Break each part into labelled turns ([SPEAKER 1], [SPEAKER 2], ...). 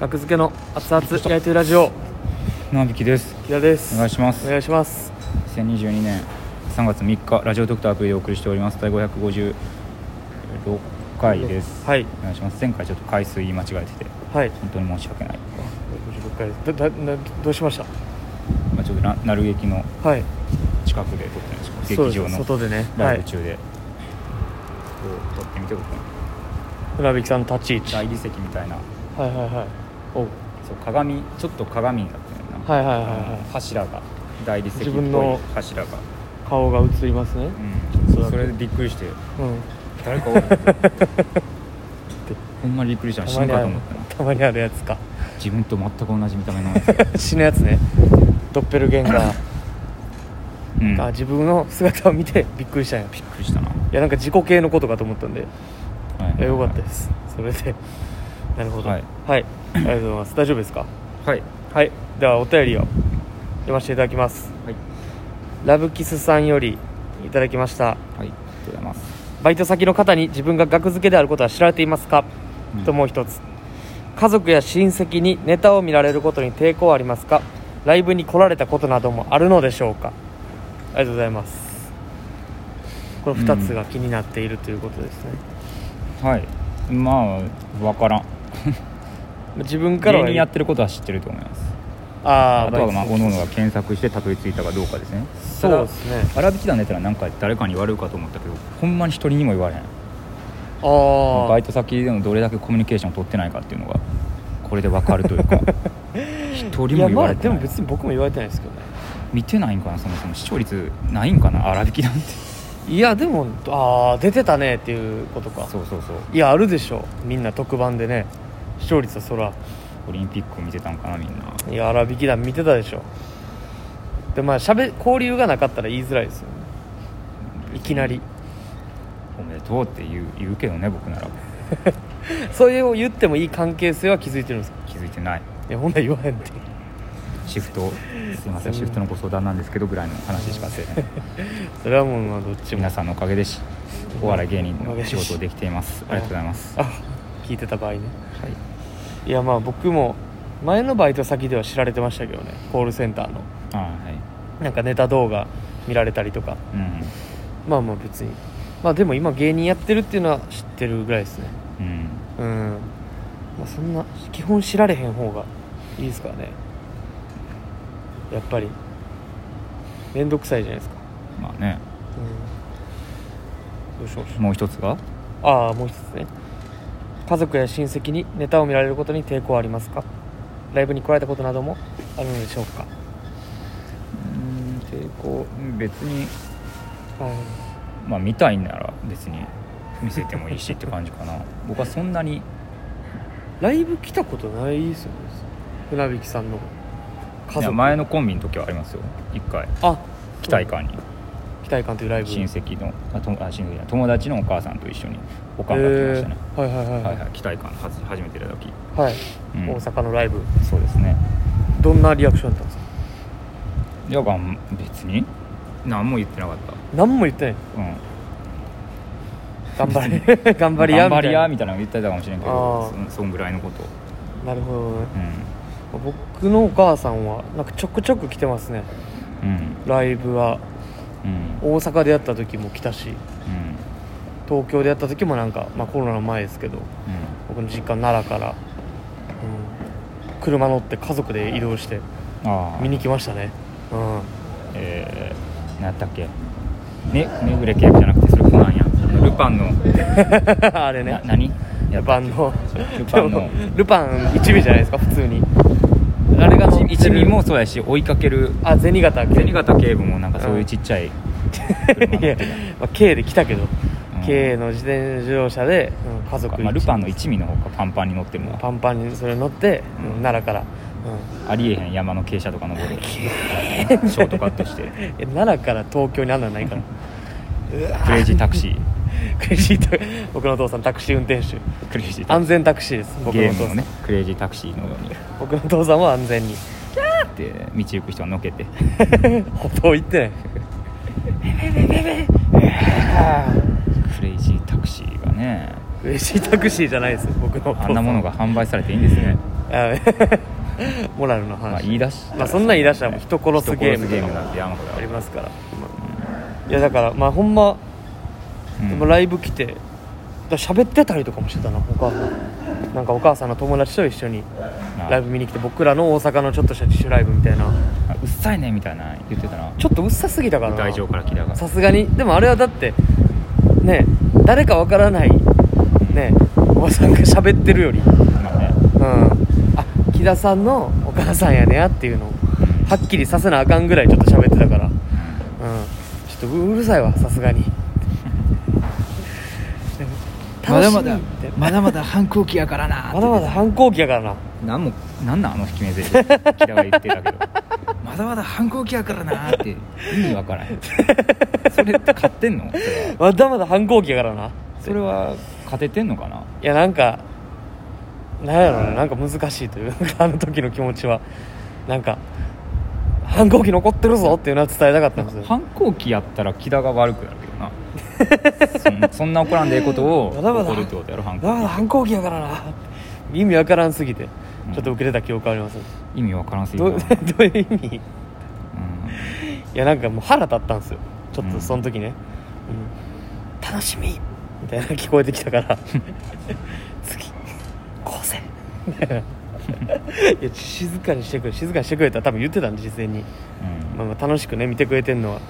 [SPEAKER 1] 学付けの熱々焼いてるラジオ
[SPEAKER 2] なびきです
[SPEAKER 1] 木田です
[SPEAKER 2] お願いします
[SPEAKER 1] お願いします
[SPEAKER 2] 2022年3月3日ラジオドクターアプリでお送りしております第556回です
[SPEAKER 1] はい
[SPEAKER 2] お願いします前回ちょっと回数言い間違えてて
[SPEAKER 1] はい
[SPEAKER 2] 本当に申し訳ない、
[SPEAKER 1] 56回ですだだなどうしました
[SPEAKER 2] まあ、ちょっとななる劇の
[SPEAKER 1] はい
[SPEAKER 2] 近くで撮ってるんですけ
[SPEAKER 1] そ
[SPEAKER 2] ど
[SPEAKER 1] うで
[SPEAKER 2] 劇
[SPEAKER 1] す
[SPEAKER 2] 場の
[SPEAKER 1] 外でねは
[SPEAKER 2] ライ
[SPEAKER 1] い
[SPEAKER 2] ブ中で、こう撮ってみて僕の
[SPEAKER 1] 船引さんの立ち位置は
[SPEAKER 2] 大
[SPEAKER 1] い
[SPEAKER 2] 理石みたいな
[SPEAKER 1] はいはいおう
[SPEAKER 2] そう鏡ちょっと鏡になってるな、
[SPEAKER 1] はいはいはい
[SPEAKER 2] あの
[SPEAKER 1] は
[SPEAKER 2] 柱が大理石っ
[SPEAKER 1] 自
[SPEAKER 2] ぽ
[SPEAKER 1] 分の
[SPEAKER 2] い柱が、
[SPEAKER 1] い顔が映りますね
[SPEAKER 2] うん、
[SPEAKER 1] そうだね
[SPEAKER 2] それでびっくりして
[SPEAKER 1] うん
[SPEAKER 2] 誰かおる ほんまにびっくりした死
[SPEAKER 1] たま
[SPEAKER 2] ぬ
[SPEAKER 1] に
[SPEAKER 2] か
[SPEAKER 1] あ
[SPEAKER 2] と
[SPEAKER 1] る
[SPEAKER 2] 思ったな
[SPEAKER 1] たまにあるやつか
[SPEAKER 2] 自分と全く同じ見た目のやつ、
[SPEAKER 1] 死ぬやつねドッペルゲンガ
[SPEAKER 2] うん、
[SPEAKER 1] ー
[SPEAKER 2] び
[SPEAKER 1] が
[SPEAKER 2] っ
[SPEAKER 1] 自分の姿を見てびっくりしたんやい
[SPEAKER 2] くりしたな、
[SPEAKER 1] やなんか自己系のことかと思ったんで
[SPEAKER 2] はい
[SPEAKER 1] いやよかったですそれでなるほどは
[SPEAKER 2] はいい、
[SPEAKER 1] ありがとうございます大丈夫ですか
[SPEAKER 2] はい
[SPEAKER 1] はいではお便りを読ませていただきます
[SPEAKER 2] はい
[SPEAKER 1] ラブキスさんよりいただきました
[SPEAKER 2] はいありがとうございます、
[SPEAKER 1] バイト先の方に自分が額付けであることは知られていますか、
[SPEAKER 2] うん
[SPEAKER 1] ともう一つ家族や親戚にネタを見られることに抵抗はありますかライブに来られたことなどもあるのでしょうかありがとうございますこの2つが気になっているということですね、
[SPEAKER 2] はいまあわからん
[SPEAKER 1] 自分から
[SPEAKER 2] 芸
[SPEAKER 1] は
[SPEAKER 2] 人やってることは知ってると思います
[SPEAKER 1] あ
[SPEAKER 2] あ
[SPEAKER 1] ー
[SPEAKER 2] とはまあ
[SPEAKER 1] バイト
[SPEAKER 2] 各々が検索してたどり着いたかどうかですね
[SPEAKER 1] そうですね
[SPEAKER 2] 荒引き団出たらなんか誰かに言われるかと思ったけどほんまに一人にも言われへん
[SPEAKER 1] あ
[SPEAKER 2] バ
[SPEAKER 1] あ
[SPEAKER 2] イト先でのどれだけコミュニケーションを取ってないかっていうのがこれでわかるとい うか一人も
[SPEAKER 1] いや
[SPEAKER 2] 言
[SPEAKER 1] ま
[SPEAKER 2] わ
[SPEAKER 1] あ
[SPEAKER 2] れて
[SPEAKER 1] で
[SPEAKER 2] ない
[SPEAKER 1] も別に僕も言われてないですけどね
[SPEAKER 2] 見てないんかなそもそも視聴率ないんかな荒引きなんて
[SPEAKER 1] いやでもああ出てたねっていうことか
[SPEAKER 2] そうそうそう
[SPEAKER 1] いやあるでしょみんな特番でね視聴率はそら
[SPEAKER 2] オリンピックを見てたんかなみんない
[SPEAKER 1] や荒引き団見てたでしょでまあしゃべ交流がなかったら言いづらいですよねいきなり
[SPEAKER 2] おめでとうって言う言うけどね僕なら
[SPEAKER 1] そういう言ってもいい関係性は気づいてるんですか
[SPEAKER 2] 気づいてない
[SPEAKER 1] いやほんなら言わへんって
[SPEAKER 2] シフトすいませんシフトのご相談なんですけどぐらいの話 しかせえへん
[SPEAKER 1] それはもうまあどっちも
[SPEAKER 2] 皆さんのおかげでしお笑い芸人の仕事をできていますありがとうございます
[SPEAKER 1] あ聞いてた場合ね
[SPEAKER 2] はい
[SPEAKER 1] いやまあ僕も前のバイト先では知られてましたけどねコールセンターの
[SPEAKER 2] あはい
[SPEAKER 1] なんかネタ動画見られたりとか
[SPEAKER 2] う
[SPEAKER 1] まあまあ別にまあでも今芸人やってるっていうのは知ってるぐらいですね
[SPEAKER 2] んうん
[SPEAKER 1] うんまあそんな基本知られへん方がいいですからねやっぱり面倒くさいじゃないですか、
[SPEAKER 2] まあね
[SPEAKER 1] うん、どうしようどうしよ
[SPEAKER 2] もう一つが
[SPEAKER 1] うああもう一つね家族や親戚にネタを見られることに抵抗はありますかライブに来られたことなどもあるのでしょうか
[SPEAKER 2] うん抵抗別に
[SPEAKER 1] はい
[SPEAKER 2] まあ見たいなら別に見せてもいいしって感じかな僕はそんなに
[SPEAKER 1] ライブ来たことないですよね船引さんの家
[SPEAKER 2] い
[SPEAKER 1] 族
[SPEAKER 2] や前のコンビの時はありますよ一回
[SPEAKER 1] あ
[SPEAKER 2] 期待感に
[SPEAKER 1] 期待感というライブ
[SPEAKER 2] 親戚のあとあ親戚じゃない友達のお母さんと一緒におかんが来ましたね、
[SPEAKER 1] えーはいはいはいは
[SPEAKER 2] はい
[SPEAKER 1] い、
[SPEAKER 2] はい期待感はじ初めてだ時、
[SPEAKER 1] はい
[SPEAKER 2] うん
[SPEAKER 1] 大阪のライブ
[SPEAKER 2] そうですね
[SPEAKER 1] どんなリアクションだったんですか
[SPEAKER 2] いやまあ別に何も言ってなかった
[SPEAKER 1] 何も言ってない
[SPEAKER 2] うん
[SPEAKER 1] 頑張れ頑張りや
[SPEAKER 2] 頑張りや
[SPEAKER 1] み
[SPEAKER 2] みたいなの言ってたかもしれんけ
[SPEAKER 1] あ
[SPEAKER 2] ど
[SPEAKER 1] ー
[SPEAKER 2] そそんぐらいのこと
[SPEAKER 1] たいななるほどね
[SPEAKER 2] う
[SPEAKER 1] 僕のお母さんはなんかちょくちょく来てますね
[SPEAKER 2] んうん
[SPEAKER 1] ライブは
[SPEAKER 2] うん
[SPEAKER 1] 大阪でやった時も来たし
[SPEAKER 2] うん
[SPEAKER 1] 東京でやった時もなんか、まあ、コロナの前ですけど僕の実家奈良から、うん、車乗って家族で移動して
[SPEAKER 2] うんああ
[SPEAKER 1] 見に来ましたねうん
[SPEAKER 2] えー、何やったっけねねぐれ警部じゃなくてそれコナンやルパンの、
[SPEAKER 1] あれ
[SPEAKER 2] な
[SPEAKER 1] ね
[SPEAKER 2] 何や
[SPEAKER 1] ルパン の
[SPEAKER 2] ルパンの
[SPEAKER 1] でもルパン一味じゃないですか普通にあれが乗ってる
[SPEAKER 2] 一一味もそうやし追いかける
[SPEAKER 1] あ銭形系
[SPEAKER 2] 銭形警部もなんかそういうちっちゃい車乗 っ
[SPEAKER 1] いや
[SPEAKER 2] てた、
[SPEAKER 1] まあ、K で来たけど、
[SPEAKER 2] うん
[SPEAKER 1] K の自転自動車で、うん家族
[SPEAKER 2] まあ、ルパンの
[SPEAKER 1] 一
[SPEAKER 2] 一味の方がパンパンに乗ってるの
[SPEAKER 1] パンパンにそれ乗って、うん
[SPEAKER 2] うん
[SPEAKER 1] 奈良から、
[SPEAKER 2] ありえへん山の傾斜とか登るショートカットして
[SPEAKER 1] うん、え奈良から東京にあんなんないから
[SPEAKER 2] クレイジータクシー
[SPEAKER 1] クレイジータ僕のお父さんタクシー運転手
[SPEAKER 2] クレイジータ
[SPEAKER 1] 安
[SPEAKER 2] クシ
[SPEAKER 1] 全タクシーです
[SPEAKER 2] ー
[SPEAKER 1] 僕
[SPEAKER 2] ゲ
[SPEAKER 1] のお
[SPEAKER 2] ー
[SPEAKER 1] 父さ
[SPEAKER 2] ムの
[SPEAKER 1] ん、
[SPEAKER 2] ねクレイジータクシーのように
[SPEAKER 1] 僕のお父さんは安 全に
[SPEAKER 2] だって道行く人をのけて
[SPEAKER 1] 歩道行ってない
[SPEAKER 2] クレイジータクシーがね
[SPEAKER 1] クレイジータクシーじゃないです僕のお父さ
[SPEAKER 2] あ
[SPEAKER 1] ん
[SPEAKER 2] んなものが販売されていいんですね
[SPEAKER 1] あ モラルの話、
[SPEAKER 2] まあ、言い出し
[SPEAKER 1] まあそんなん言い出したらもう人殺すゲーム
[SPEAKER 2] 人殺すゲームなんて山ほど
[SPEAKER 1] ありますから、いやだからまあほんま、
[SPEAKER 2] うん
[SPEAKER 1] でもライブ来てだから喋ってたりとかもしてたなお母さんなんかお母さんの友達と一緒に
[SPEAKER 2] な
[SPEAKER 1] ライブ見に来て僕らの大阪のちょっとした自主ライブみたいな
[SPEAKER 2] あうっさいねみたいな言ってたな
[SPEAKER 1] ちょっとうっさすぎたからな
[SPEAKER 2] 大丈夫から聞いたから
[SPEAKER 1] さすがにでもあれはだってね誰かわからないねおばさんが喋ってるより
[SPEAKER 2] まあね
[SPEAKER 1] うん、あ木田さんのお母さんやねやっていうのをはっきりさせなあかんぐらいちょっと喋ってたから、うん、ちょっとううるさいわさすがに でも
[SPEAKER 2] まだま
[SPEAKER 1] 楽
[SPEAKER 2] だ
[SPEAKER 1] しみって
[SPEAKER 2] まだまだ反抗期やからな
[SPEAKER 1] まだまだ反抗期やからな
[SPEAKER 2] なんもなんなんあの決め台 詞キラが言ってたけどまだまだ反抗期やからなって意味わからへんそれって勝ってんのそれは
[SPEAKER 1] まだまだ反抗期やからな
[SPEAKER 2] それは勝ててんのかない
[SPEAKER 1] やなんかなんやろうねなんか難しいという かあの時の気持ちはなんか反抗期残ってるぞっていうのは伝えたかったんですよ
[SPEAKER 2] 反抗期やったら木田が悪くなるけどなそん そんな怒らんでええことを
[SPEAKER 1] まだまだ
[SPEAKER 2] 怒るってことやろ反
[SPEAKER 1] まだまだ
[SPEAKER 2] 抗
[SPEAKER 1] 反抗期やからな意味わからんすぎて
[SPEAKER 2] うん
[SPEAKER 1] ちょっと受けれた記憶あります、
[SPEAKER 2] 期意味わからんすぎ
[SPEAKER 1] ど
[SPEAKER 2] る
[SPEAKER 1] う
[SPEAKER 2] な
[SPEAKER 1] どういう意味いやなんかもう腹立ったんですよちょっ
[SPEAKER 2] う
[SPEAKER 1] と
[SPEAKER 2] ん
[SPEAKER 1] その時ね、うん楽しみみたいな聞こえてきたから次こう せみたいないや静かにしてくれ静かにしてくれたら多分言ってたんで実際に、
[SPEAKER 2] うん
[SPEAKER 1] まあ、まあ楽しくね見てくれてるのは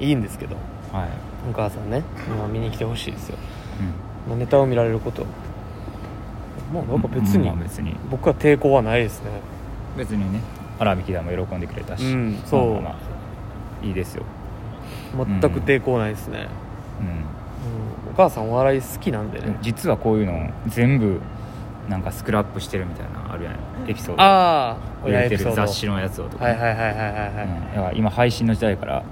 [SPEAKER 1] いいんですけど
[SPEAKER 2] うんはい
[SPEAKER 1] お母さんね、まあ、見に来てほしいですよ、
[SPEAKER 2] うん
[SPEAKER 1] まあ、ネタを見られることもうなんか別に
[SPEAKER 2] まあ別に
[SPEAKER 1] 僕は抵抗はないですね
[SPEAKER 2] 別にね荒引きだも喜んでくれたし、
[SPEAKER 1] うんそう
[SPEAKER 2] まあまあまあいいですよ、
[SPEAKER 1] 全く抵抗ないですね、
[SPEAKER 2] う
[SPEAKER 1] うんお母さんお笑い好きなんで
[SPEAKER 2] ん、でも
[SPEAKER 1] ね
[SPEAKER 2] 実はこういうの全部なんかスクラップしてるみたいなのあるやんエピソード
[SPEAKER 1] ああ
[SPEAKER 2] 売
[SPEAKER 1] 親
[SPEAKER 2] れ
[SPEAKER 1] エ
[SPEAKER 2] て
[SPEAKER 1] ピソ
[SPEAKER 2] る
[SPEAKER 1] ード
[SPEAKER 2] 雑誌のやつをとか、
[SPEAKER 1] はいはいはいはいはいはい、
[SPEAKER 2] うんだから今配信の時代から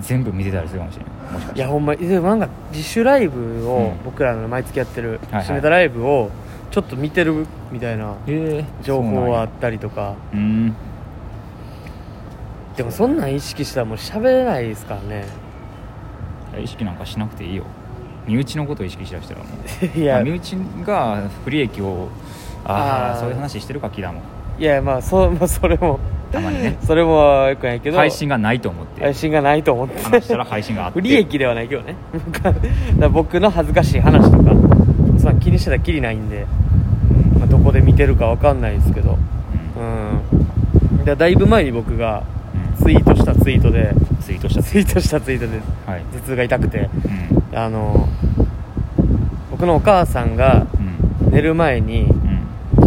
[SPEAKER 2] 全部見てたりするかもしれないもしかし
[SPEAKER 1] い
[SPEAKER 2] て
[SPEAKER 1] やほんまでもなんか自主ライブを、
[SPEAKER 2] うん
[SPEAKER 1] 僕らの毎月やってる
[SPEAKER 2] はいはい
[SPEAKER 1] 締めたライブをちょっと見てるみたいな
[SPEAKER 2] えー
[SPEAKER 1] 情
[SPEAKER 2] そうな
[SPEAKER 1] 報
[SPEAKER 2] ん
[SPEAKER 1] は
[SPEAKER 2] や
[SPEAKER 1] あったりとか
[SPEAKER 2] うん
[SPEAKER 1] でもそんなん意識したらもう喋れないですから ね
[SPEAKER 2] いや意識なんかしなくていいよ身内のことを意識しだしたらもう
[SPEAKER 1] い
[SPEAKER 2] ま
[SPEAKER 1] や、
[SPEAKER 2] あ身内が不利益をあ
[SPEAKER 1] あ
[SPEAKER 2] あ
[SPEAKER 1] ー
[SPEAKER 2] そういう話してるかキラも
[SPEAKER 1] いやまあそう、 まあ、それも
[SPEAKER 2] たまにね
[SPEAKER 1] それもよくないけど
[SPEAKER 2] 配信がないと思って
[SPEAKER 1] 配信がないと思って
[SPEAKER 2] 話したら配信があって
[SPEAKER 1] 不利益ではないけどね だから僕の恥ずかしい話とかそんな気にしてたらきりないんで、まあ、どこで見てるかわかんないですけど
[SPEAKER 2] うん
[SPEAKER 1] うんだだいぶ前に僕が
[SPEAKER 2] う
[SPEAKER 1] ツイートしたツイートで
[SPEAKER 2] んツイートした
[SPEAKER 1] ツイートしたツイートで
[SPEAKER 2] はい
[SPEAKER 1] 頭痛が痛くて
[SPEAKER 2] うん
[SPEAKER 1] あの僕のお母さんが
[SPEAKER 2] うん
[SPEAKER 1] 寝る前に
[SPEAKER 2] う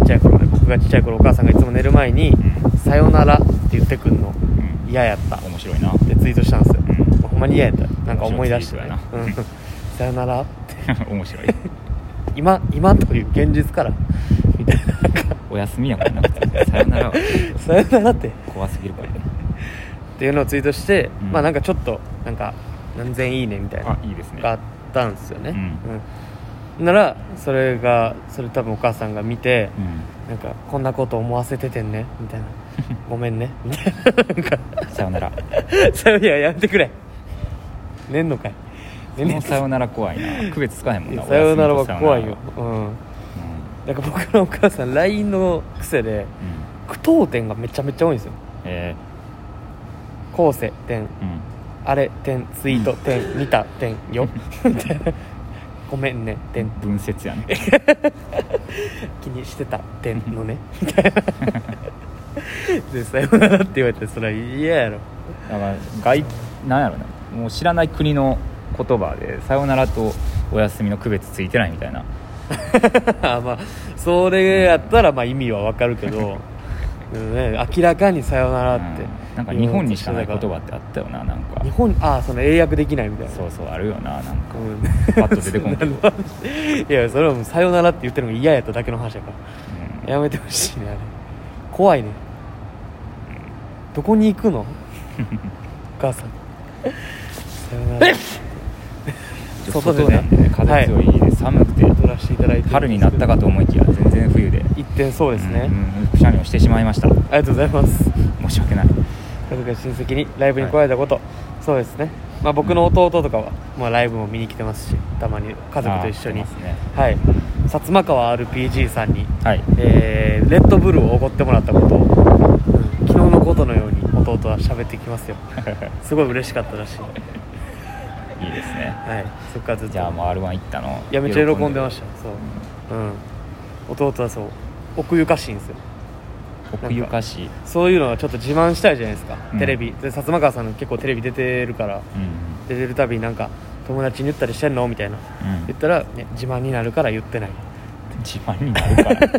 [SPEAKER 2] ん
[SPEAKER 1] ちっちゃい頃ね僕がちっちゃい頃お母さんがいつも寝る前に「さよなら」って言ってくんの
[SPEAKER 2] うん
[SPEAKER 1] 嫌やったっ
[SPEAKER 2] 面白いな
[SPEAKER 1] てツイートしたんですよ
[SPEAKER 2] うん
[SPEAKER 1] ほんまに嫌やったなんか思い出してね
[SPEAKER 2] 面白いツイートや
[SPEAKER 1] うんさよならって
[SPEAKER 2] 面白い
[SPEAKER 1] 今今という現実からみたいななんか
[SPEAKER 2] お休みやからなさよならは
[SPEAKER 1] さよならって
[SPEAKER 2] 怖すぎるからね
[SPEAKER 1] っていうのをツイートして、
[SPEAKER 2] うん
[SPEAKER 1] まあなんかちょっとなんか何千いいねみたいな
[SPEAKER 2] あいいですね
[SPEAKER 1] があったんですよね、
[SPEAKER 2] うん
[SPEAKER 1] うんならそれがそれ多分お母さんが見て、
[SPEAKER 2] う
[SPEAKER 1] なんかこんなこと思わせててんねみたいな ごめんね みたい
[SPEAKER 2] んさよ なら
[SPEAKER 1] なそういややめてくれ寝んのかい
[SPEAKER 2] そ
[SPEAKER 1] 寝んね
[SPEAKER 2] の
[SPEAKER 1] ん
[SPEAKER 2] さよなら怖いな区別つかへんも んな
[SPEAKER 1] さよならは
[SPEAKER 2] お休みと
[SPEAKER 1] 怖いようん
[SPEAKER 2] さよなら
[SPEAKER 1] なんか僕のお母さん LINE の癖で
[SPEAKER 2] うんうん
[SPEAKER 1] 句読点がめちゃめちゃ多いんですよ
[SPEAKER 2] え
[SPEAKER 1] 後世点
[SPEAKER 2] ーうん
[SPEAKER 1] あれ点ツイート 点見た点よみたいなごめんね点
[SPEAKER 2] 分節やね
[SPEAKER 1] 気にしてた点のね みたいなで「さよなら」って言われてそれは嫌やろ
[SPEAKER 2] だから外なんやろねもう知らない国の言葉でさよならとお休みの区別ついてないみたいな
[SPEAKER 1] あまあそれやったらまあ意味はわかるけ どでもね明らかに「さよなら」って、
[SPEAKER 2] うんなんか日本にしかない言葉ってあったよななんか
[SPEAKER 1] 日本ああその英訳できないみたいな
[SPEAKER 2] そうそうあるよななんか
[SPEAKER 1] うん
[SPEAKER 2] パッと出てこんけど、うん、
[SPEAKER 1] いやそれはもう「さよなら」って言ってるのが嫌やっただけの話やからやめてほしいねあれ怖いねどこに行 くのお母さんさよなら
[SPEAKER 2] 外
[SPEAKER 1] 外でね
[SPEAKER 2] なんでね風強いで、寒くて
[SPEAKER 1] 撮らせていただいて
[SPEAKER 2] 春になったかと思いきや全然冬で
[SPEAKER 1] 一点そうですね、
[SPEAKER 2] うんうんくしゃみをしてしまいました
[SPEAKER 1] ありがとうございます
[SPEAKER 2] 申し訳ない
[SPEAKER 1] 家族や親戚にライブに来られたこと、そうですねまあ僕の弟とかは、まあ、ライブも見に来てますしたまに家族と一緒に
[SPEAKER 2] あー来てますね
[SPEAKER 1] はい薩摩川 RPG さんに
[SPEAKER 2] はい
[SPEAKER 1] えーレッドブルをおごってもらったことを、うん昨日のことのように弟は喋ってきますよすごい嬉しかったらしい、
[SPEAKER 2] いいですね
[SPEAKER 1] はい、そっからずっと
[SPEAKER 2] じゃあもう r 1行ったの
[SPEAKER 1] いやめっちゃ喜んでましたたそう、うん、弟はそう奥ゆかしいんですよ
[SPEAKER 2] 奥ゆかしい
[SPEAKER 1] そういうのはちょっと自慢したいじゃないですか、
[SPEAKER 2] うん
[SPEAKER 1] テレビで薩摩川さん結構テレビ出てるから
[SPEAKER 2] うん
[SPEAKER 1] 出てるたびになんか友達に言ったりしてんのみたいな
[SPEAKER 2] うん
[SPEAKER 1] 言ったら、ね、自慢になるから言ってない
[SPEAKER 2] 自慢になるかな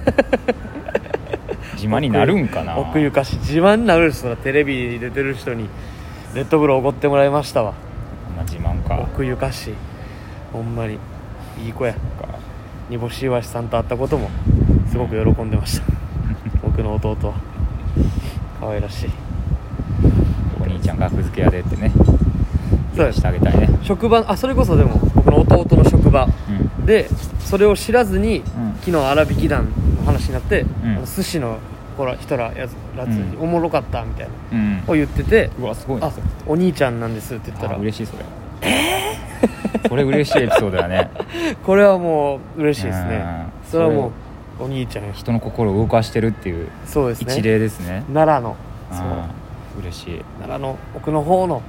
[SPEAKER 2] 自慢になるんかな
[SPEAKER 1] 奥ゆかしい自慢になる人がテレビに出てる人にレッドブルおごってもらいましたわ
[SPEAKER 2] まあ自慢か
[SPEAKER 1] 奥ゆかしいほんまにいい子や
[SPEAKER 2] か
[SPEAKER 1] 煮干しいわしさんと会ったこともすごく喜んでました 僕の弟は可愛らしい
[SPEAKER 2] お兄ちゃん学付けやでってね
[SPEAKER 1] そうです
[SPEAKER 2] してあげたいね
[SPEAKER 1] 職場あそれこそでも僕の弟の職場
[SPEAKER 2] うん
[SPEAKER 1] でそれを知らずに、
[SPEAKER 2] ん
[SPEAKER 1] 昨日粗挽き団の話になって、
[SPEAKER 2] うん
[SPEAKER 1] あの寿司のほら人らやつらつ、
[SPEAKER 2] うん
[SPEAKER 1] おもろかったみたいな
[SPEAKER 2] うん
[SPEAKER 1] を言ってて
[SPEAKER 2] うわすごい
[SPEAKER 1] あ
[SPEAKER 2] なそれ
[SPEAKER 1] お兄ちゃんなんですって言った
[SPEAKER 2] あ
[SPEAKER 1] ら
[SPEAKER 2] 嬉しいそれそれ嬉しいエピソードだね
[SPEAKER 1] これはもう 嬉しいですね
[SPEAKER 2] うん
[SPEAKER 1] それはもうお兄ちゃんや
[SPEAKER 2] 人の心を動かしてるっていう
[SPEAKER 1] そうですね
[SPEAKER 2] 一例ですね
[SPEAKER 1] 奈良のそう
[SPEAKER 2] あー嬉しい
[SPEAKER 1] 奈良の奥の方 の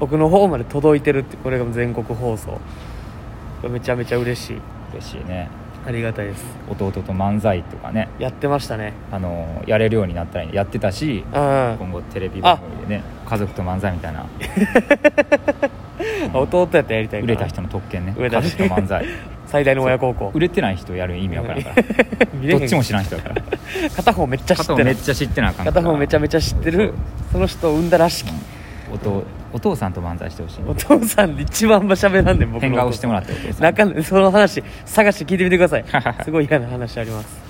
[SPEAKER 1] 奥の方まで届いてるってこれが全国放送これめちゃめちゃ嬉しい
[SPEAKER 2] 嬉しいね
[SPEAKER 1] ありがたいです
[SPEAKER 2] 弟と漫才とかね
[SPEAKER 1] やってましたね
[SPEAKER 2] あのやれるようになったらいいねやってたし
[SPEAKER 1] うんあ
[SPEAKER 2] 今後テレビ番組でね家族と漫才みたいな
[SPEAKER 1] 弟やったらやりたい
[SPEAKER 2] 売
[SPEAKER 1] から
[SPEAKER 2] れた人の特権ね
[SPEAKER 1] 売れ
[SPEAKER 2] 家
[SPEAKER 1] た
[SPEAKER 2] 族
[SPEAKER 1] 人
[SPEAKER 2] と漫才
[SPEAKER 1] 最大の 親孝行
[SPEAKER 2] 売れてない人やる意味わからんから
[SPEAKER 1] 見れへん
[SPEAKER 2] どっちも知らん人だから
[SPEAKER 1] 片方めっちゃ知
[SPEAKER 2] 片
[SPEAKER 1] っ
[SPEAKER 2] 方
[SPEAKER 1] て
[SPEAKER 2] め
[SPEAKER 1] る
[SPEAKER 2] っちゃ知ってなあかんから
[SPEAKER 1] 片方めちゃめちゃ知ってるその人を産んだらしき
[SPEAKER 2] お父お父さんと漫才してほしい
[SPEAKER 1] お父さんで一番しゃべらんでん僕のお
[SPEAKER 2] 変
[SPEAKER 1] 父さん
[SPEAKER 2] 顔してもらってお父さ ん
[SPEAKER 1] 中のその話探して聞いてみてくださいすごい嫌な話あります